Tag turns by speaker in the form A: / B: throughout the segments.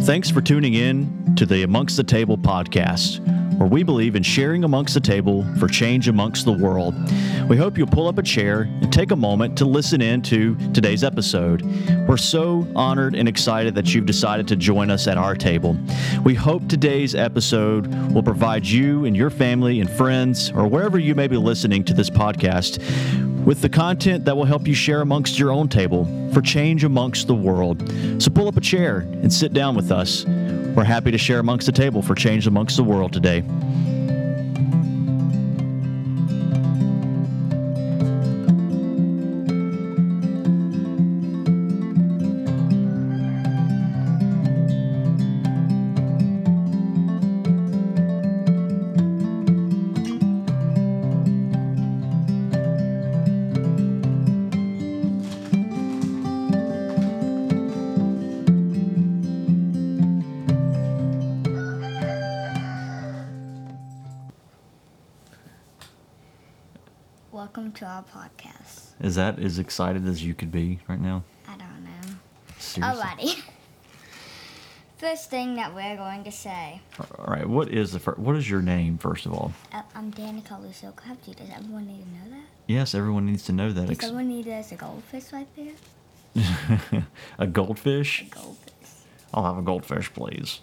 A: Thanks for tuning in to the Amongst the Table podcast, where we believe in sharing amongst the table for change amongst the world. We hope you'll pull up a chair and take a moment to listen in to today's episode. We're so honored and excited that you've decided to join us at our table. We hope today's episode will provide you and your family and friends, or wherever you may be listening to this podcast, with the content that will help you share amongst your own table for change amongst the world. So pull up a chair and sit down with us. We're happy to share amongst the table for change amongst the world today.
B: Welcome to our podcast.
A: Is that as excited as you could be right now?
B: I don't know.
A: Seriously.
B: Alrighty. First thing that we're going to say.
A: All right. What is the fir- what is your name first of all?
B: Uh, I'm Danica Luso Crabtree. Does everyone need to know that?
A: Yes, everyone needs to know that.
B: Does
A: Ex-
B: everyone need there's a goldfish right there?
A: a goldfish.
B: A goldfish.
A: I'll have a goldfish, please.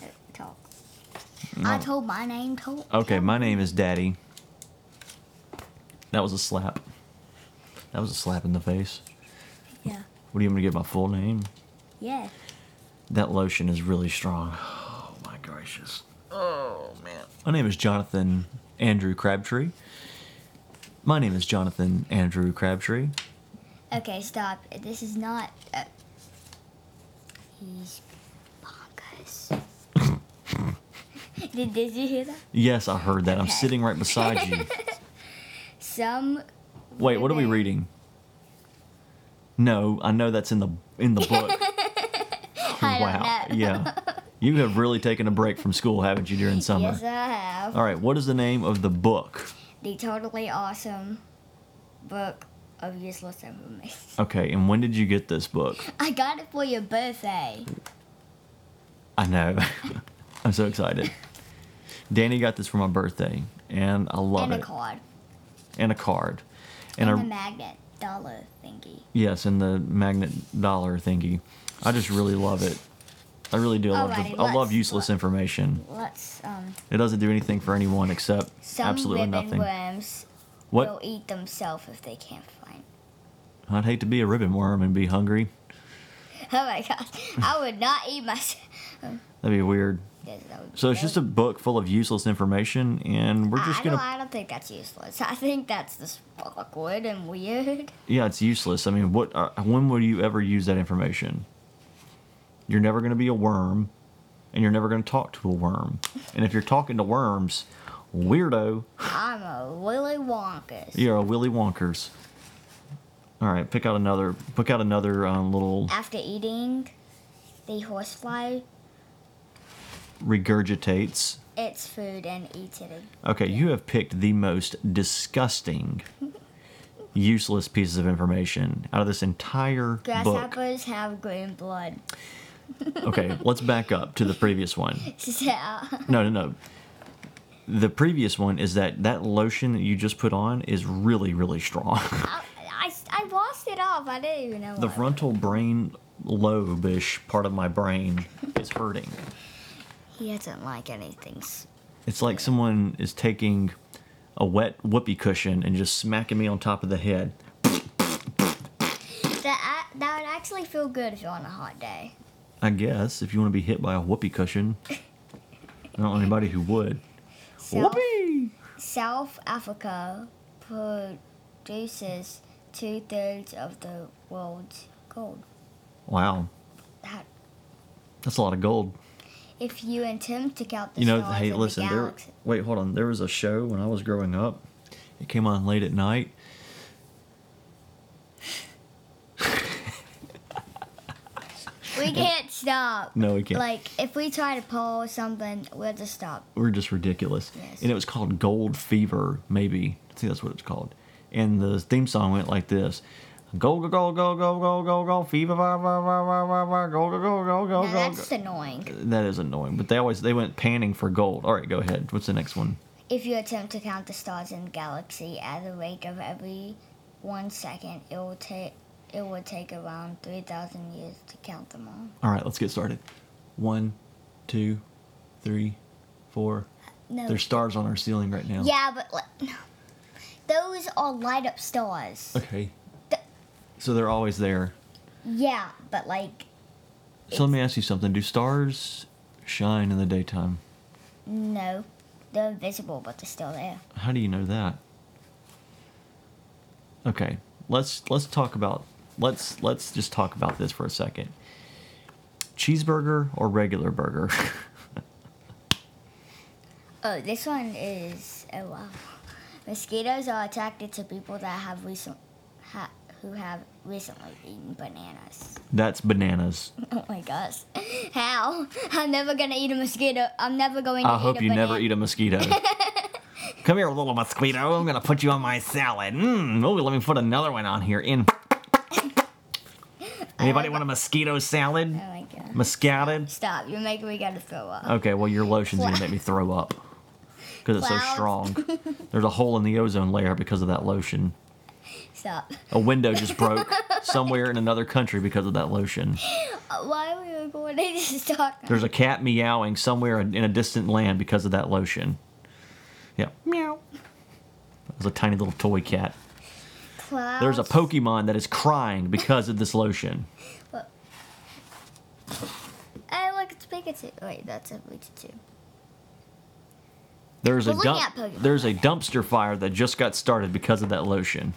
B: Uh, Talk. I told my name. Talk.
A: Okay, my name is Daddy. That was a slap. That was a slap in the face.
B: Yeah.
A: What do you want me to get my full name?
B: Yeah.
A: That lotion is really strong. Oh my gracious. Oh man. My name is Jonathan Andrew Crabtree. My name is Jonathan Andrew Crabtree.
B: Okay, stop. This is not. Uh, he's bonkers. did, did you hear that?
A: Yes, I heard that. I'm
B: Okay.
A: sitting right beside you.
B: Some.
A: Wait, what are we
B: Okay.
A: reading? No, I know that's in the in the book.
B: I
A: wow.
B: don't know.
A: Yeah. You have really taken a break from school, haven't you, during summer?
B: Yes, I have.
A: All right, what is the name of the book?
B: the totally awesome book of useless information.
A: Okay, and when did you get this book?
B: I got it for your birthday.
A: I know. I'm so excited. Danny got this for my birthday, and I love
B: and
A: it.
B: a card.
A: And a card.
B: And,
A: And,
B: a
A: a,
B: magnet dollar thingy.
A: yes, and the magnet dollar thingy. I just really love it. I really do. I love,
B: Alrighty,
A: the, I love
B: let's-
A: useless information.
B: Let's um
A: It doesn't do anything for anyone except
B: some
A: absolutely
B: ribbon
A: nothing.
B: worms
A: What?
B: will eat themselves if they can't find.
A: I'd hate to be a ribbon worm and be hungry.
B: Oh my god. I would not eat myself.
A: That'd be weird. So it's just a book full of useless information, and we're just
B: I
A: gonna
B: don't, I don't think that's useless. I think that's just awkward and weird.
A: Yeah, it's useless. I mean, what? Uh, when will you ever use that information? You're never going to be a worm, and you're never going to talk to a worm. And if you're talking to worms, weirdo,
B: I'm a Willy Wonka.
A: you're a Willy Wonkers. All right, pick out another. Pick out another um, little
B: After eating the horsefly,
A: regurgitates.
B: its food and eats it again.
A: Okay, you have picked the most disgusting, useless pieces of information out of this entire book.
B: Grasshoppers have green blood.
A: Okay, let's back up to the previous one.
B: So,
A: No, no, no. The previous one is that that lotion that you just put on is really, really strong.
B: I, I, I lost it off. I didn't even know.
A: the
B: what.
A: frontal brain lobe-ish part of my brain is hurting.
B: He doesn't like anything. s-
A: It's like someone is taking a wet whoopee cushion and just smacking me on top of the head.
B: That I, that would actually feel good if you're on a hot day.
A: I guess if you want to be hit by a whoopee cushion, I don't know anybody who would.
B: South,
A: Whoopee!
B: South Africa produces two thirds of the world's gold.
A: Wow,
B: That,
A: that's a lot of gold.
B: if you attempt to count the
A: You know,
B: stars
A: hey,
B: in
A: listen.
B: the
A: There,
B: galaxy,
A: wait, hold on. There was a show when I was growing up. It came on late at night.
B: we can't stop.
A: No, we can't.
B: Like if we try to pull something, we'll just stop.
A: We're just ridiculous.
B: Yes.
A: And it was called Gold Fever, maybe. I think that's what it's called. And the theme song went like this. Go go go go go go go go fever va va va va va va go go go go go
B: Now,
A: go.
B: that's just
A: go.
B: annoying.
A: That is annoying, but they always they went panning for gold. All right, go ahead. What's the next one?
B: If you attempt to count the stars in the galaxy at the rate of every one second, it will take it would take around three thousand years to count them all.
A: All right, let's get started. One, two, three, four.
B: No.
A: There's stars on our ceiling right now.
B: Yeah, but like, those are light up stars.
A: Okay.
B: Th-
A: So they're always there.
B: Yeah, but like
A: So let me ask you something. Do stars shine in the daytime?
B: no, they're invisible, but they're still there.
A: How do you know that? Okay, let's let's talk about let's let's just talk about this for a second. Cheeseburger or regular burger?
B: Oh, this one is oh wow. Mosquitoes are attracted to people that have recent ha, who have recently eaten bananas.
A: That's bananas.
B: Oh my gosh, how? I'm never gonna eat a mosquito. I'm never going to
A: I
B: eat
A: hope
B: a
A: you
B: banana.
A: never eat a mosquito. Come here, little mosquito. I'm gonna put you on my salad. Mm, oh, let me put another one on here. In. Anybody want a mosquito salad?
B: Oh my god.
A: Moscated?
B: Stop! You're making me gotta throw up.
A: Okay, well, your lotion's gonna make me throw up because it's so
B: Clouds.
A: strong. There's a hole in the ozone layer because of that lotion.
B: Stop.
A: A window just broke somewhere in another country because of that lotion.
B: Uh, Why are we recording this talk?
A: There's a cat meowing somewhere in in a distant land because of that lotion. Yeah, meow. That was a tiny little toy cat.
B: Clouds.
A: There's a Pokemon that is crying because of this lotion.
B: Hey, Oh, look, it's Pikachu. Wait, that's a Pikachu.
A: There's a
B: We're looking
A: dump.
B: at Pokemon.
A: There's a dumpster fire that just got started because of that lotion.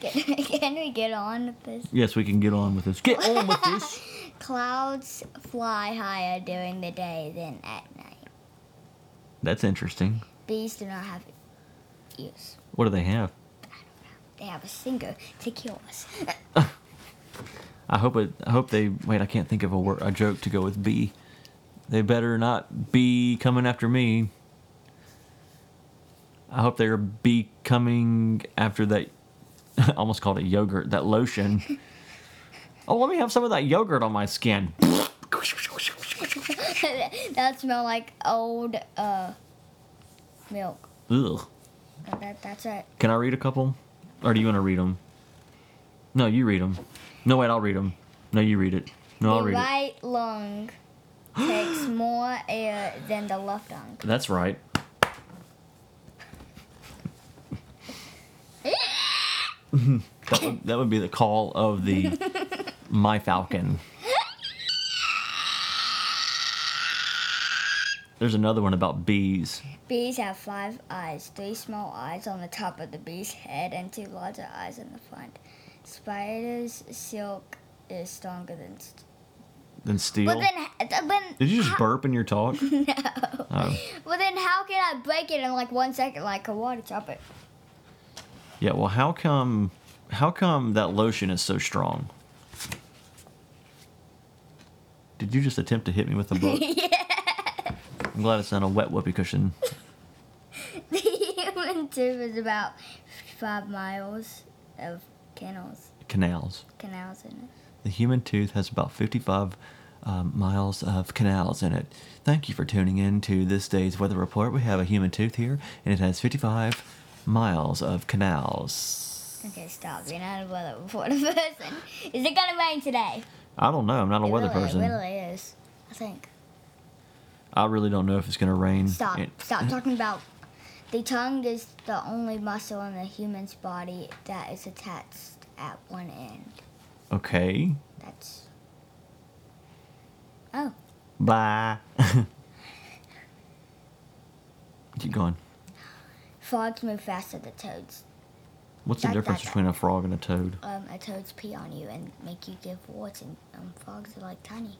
B: Can, can we get on with this?
A: Yes, we can get on with this. Get on with this.
B: Clouds fly higher during the day than at night.
A: That's interesting.
B: Bees do not have ears.
A: What do they have?
B: They have a singer to kill us.
A: I hope it. I hope they. Wait, I can't think of a word, a joke to go with B. They better not be coming after me. I hope they're be coming after that. I almost called it yogurt. That lotion. oh, let me have some of that yogurt on my skin.
B: that smell like old uh milk.
A: Ugh.
B: Uh, That, that's right.
A: Can I read a couple, or do you want to read them? No, you read them. No, wait, I'll read them. No, you read it. No, I'll
B: the
A: read it.
B: right lung takes more air than the left lung.
A: That's right. that, would, that would be the call of the my falcon. There's another one about bees.
B: Bees have five eyes, three small eyes on the top of the bee's head and two larger eyes in the front. Spider's silk is stronger than. St-
A: Then steel.
B: but then, h- but
A: Did you just
B: how,
A: burp in your talk? No.
B: But then, how can I break it in like one second, like a water chopper?
A: Yeah. Well, how come? How come that lotion is so strong? Did you just attempt to hit me with a book?
B: yeah,
A: I'm glad it's not a wet whoopee cushion.
B: the human tube is about five miles of canals,
A: Canals.
B: canals in it.
A: The human tooth has about 55 um, miles of canals in it. Thank you for tuning in to this day's weather report. We have a human tooth here, and it has 55 miles of canals.
B: Okay, stop. You're not a weather reporter person. Is it gonna rain today?
A: I don't know. I'm not a
B: It
A: weather
B: really,
A: person.
B: It really is. I think.
A: I really don't know if it's going to rain.
B: Stop.
A: It-
B: Stop talking about. The tongue is the only muscle in the human's body that is attached at one end.
A: Okay.
B: That's. Oh,
A: Bye. Keep going.
B: frogs move faster than toads.
A: What's the
B: Dot, dot,
A: difference
B: dot.
A: between a frog and a toad?
B: Um, a toads pee on you and make you give warts, and um, frogs are like tiny.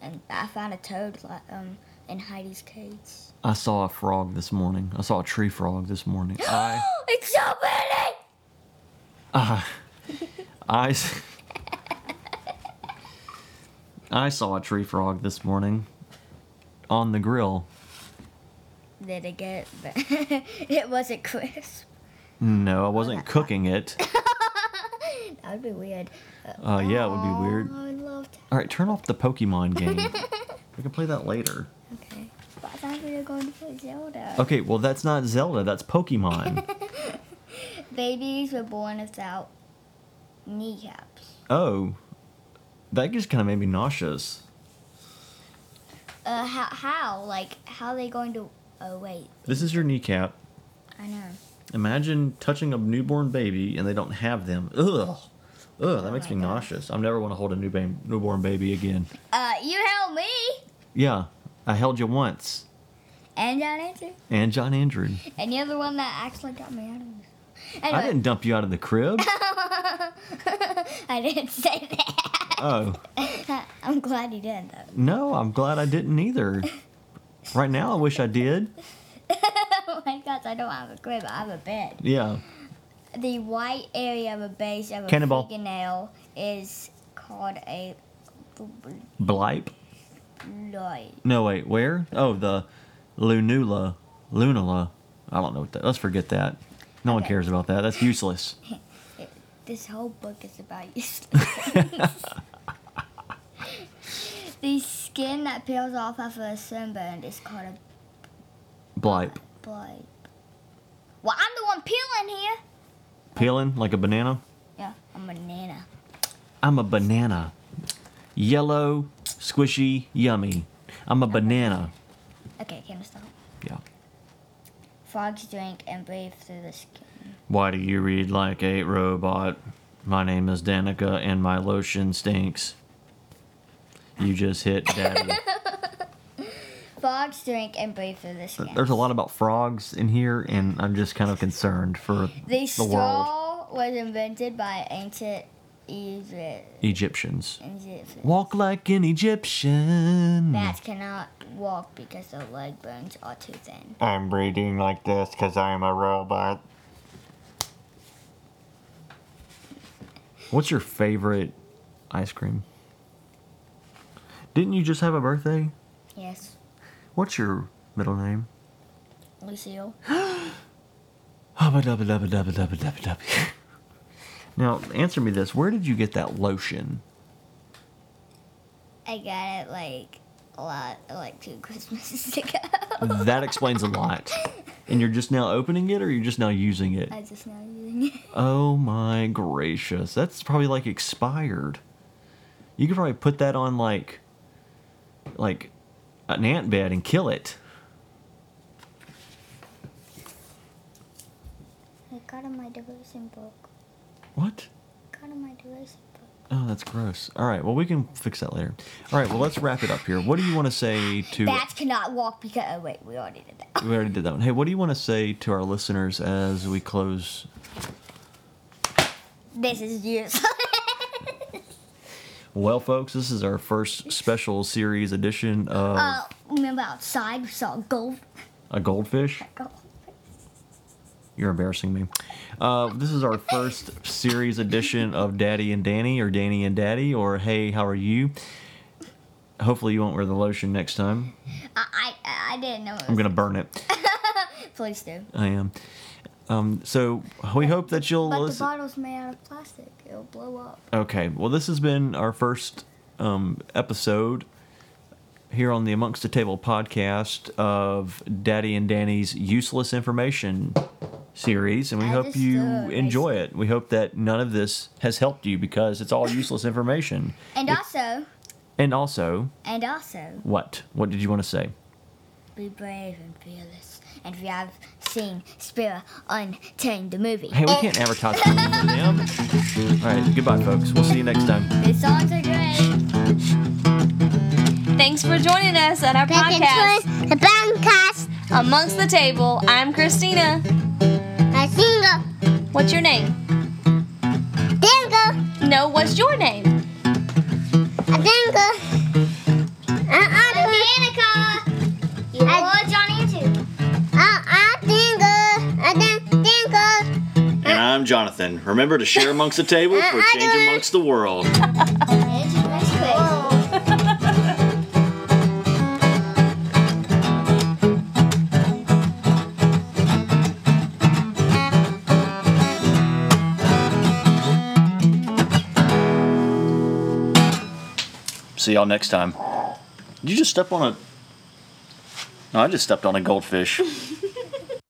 B: And I found a toad li- um in Heidi's cage.
A: I saw a frog this morning. I saw a tree frog this morning. I.
B: it's so pretty.
A: I, s- I saw a tree frog this morning on the grill.
B: Did it get? it wasn't crisp.
A: No, I wasn't cooking it.
B: That would be weird.
A: Uh, yeah, it would be weird.
B: I would love to.
A: All right, turn off the Pokemon game. we can play that later.
B: Okay. But I thought we were going to play Zelda.
A: Okay, well that's not Zelda, that's Pokemon.
B: Babies were born without kneecaps.
A: oh, that just kind of made me nauseous.
B: Uh, how? How? Like, how are they going to? Oh wait,
A: This is your kneecap.
B: I know.
A: Imagine touching a newborn baby and they don't have them. Ugh. Ugh, that makes me
B: my God.
A: nauseous. I never want to hold a new ba- newborn baby again.
B: Uh, you help me,
A: Yeah, I held you once.
B: and John Andrew,
A: And John Andrew.
B: and you're the one that actually got me out of this. Anyway,
A: I didn't dump you out of the crib.
B: I didn't say
A: Oh,
B: that. I'm glad you didn't though.
A: no, I'm glad I didn't either. Right now, I wish I did.
B: oh my gosh, I don't have a crib. I have a bed.
A: Yeah.
B: The white area of a base of a
A: Cannonball.
B: fingernail is called a l-
A: Blipe.
B: light.
A: No, wait, where? Oh, the Lunula. Lunula. I don't know what that Let's forget that. No one
B: Okay.
A: cares about that. That's useless.
B: It, this whole book is about you. the skin that peels off after a sunburn is called a
A: Blipe.
B: blight. Well, I'm the one peeling here.
A: Peeling like a banana.
B: Yeah, I'm a banana.
A: I'm a banana. Yellow, squishy, yummy. I'm a banana.
B: Okay, can I stop?
A: Yeah.
B: Frogs drink and breathe through the skin.
A: Why do you read like a robot? My name is Danica and my lotion stinks. You just hit daddy.
B: Frogs drink and breathe through the skin.
A: There's a lot about frogs in here, and I'm just kind of concerned for
B: The,
A: the world.
B: straw was invented by ancient Egypt.
A: Egyptians.
B: Egyptians.
A: Walk like an Egyptian.
B: Bats cannot walk because their leg bones are too thin.
A: I'm breathing like this because I am a robot. What's your favorite ice cream? Didn't you just have a birthday?
B: Yes,
A: What's your middle name?
B: Lucille.
A: Hubba dubba dubba dubba dubba dubba dubba. Now, answer me this. Where did you get that lotion?
B: I got it like a lot, like two Christmases ago.
A: That explains a lot. And you're just now opening it or you're just now using it?
B: I just now using it.
A: Oh my gracious. That's probably like expired. You could probably put that on like like an ant bed and kill it.
B: I got in my devotion book.
A: What?
B: Got in my devotion book.
A: Oh, that's gross. All right, well we can fix that later. All right, well let's wrap it up here. What do you want to say to
B: Bats cannot walk because. Oh wait, we already did that.
A: We already did that one. Hey, what do you want to say to our listeners as we close?
B: This is useless.
A: Well, folks, this is our first special series edition of
B: uh, remember outside we saw a gold.
A: a goldfish.
B: gold.
A: You're embarrassing me. Uh, this is our first series edition of Daddy and Danny, or Danny and Daddy, or Hey, how are you? Hopefully, you won't wear the lotion next time.
B: I, I I didn't know. It was
A: I'm gonna burn it.
B: Please do.
A: I am. Um, so we hope that you'll
B: But the
A: listen.
B: bottle's made out of plastic. It'll blow up.
A: Okay. Well, this has been our first um, episode here on the Amongst the Table podcast of Daddy and Danny's Useless Information series, and we
B: I
A: hope
B: just
A: you
B: threw it, I
A: enjoy it. We hope that none of this has helped you because it's all useless information.
B: And
A: It-
B: also,
A: and also,
B: and also,
A: what? What did you want to say?
B: be brave and fearless. And if you have seen Spirit Untamed, the movie,
A: Hey, we can't advertise for them. All right. Goodbye, folks. We'll see you next time.
B: the songs are great.
C: Thanks for joining us at our
D: Back
C: podcast,
D: into the podcast.
C: Amongst the Table. I'm Christina.
D: A single,
C: What's your name?
D: dingle,
C: No, what's your name?
D: a dingle. An Danica. You are Johnny too. A dingle, a din- dingle.
E: And I'm Jonathan. Remember to share amongst the table for change amongst the world.
D: Whoa.
A: See y'all next time. Did you just step on a. No, I just stepped on a goldfish.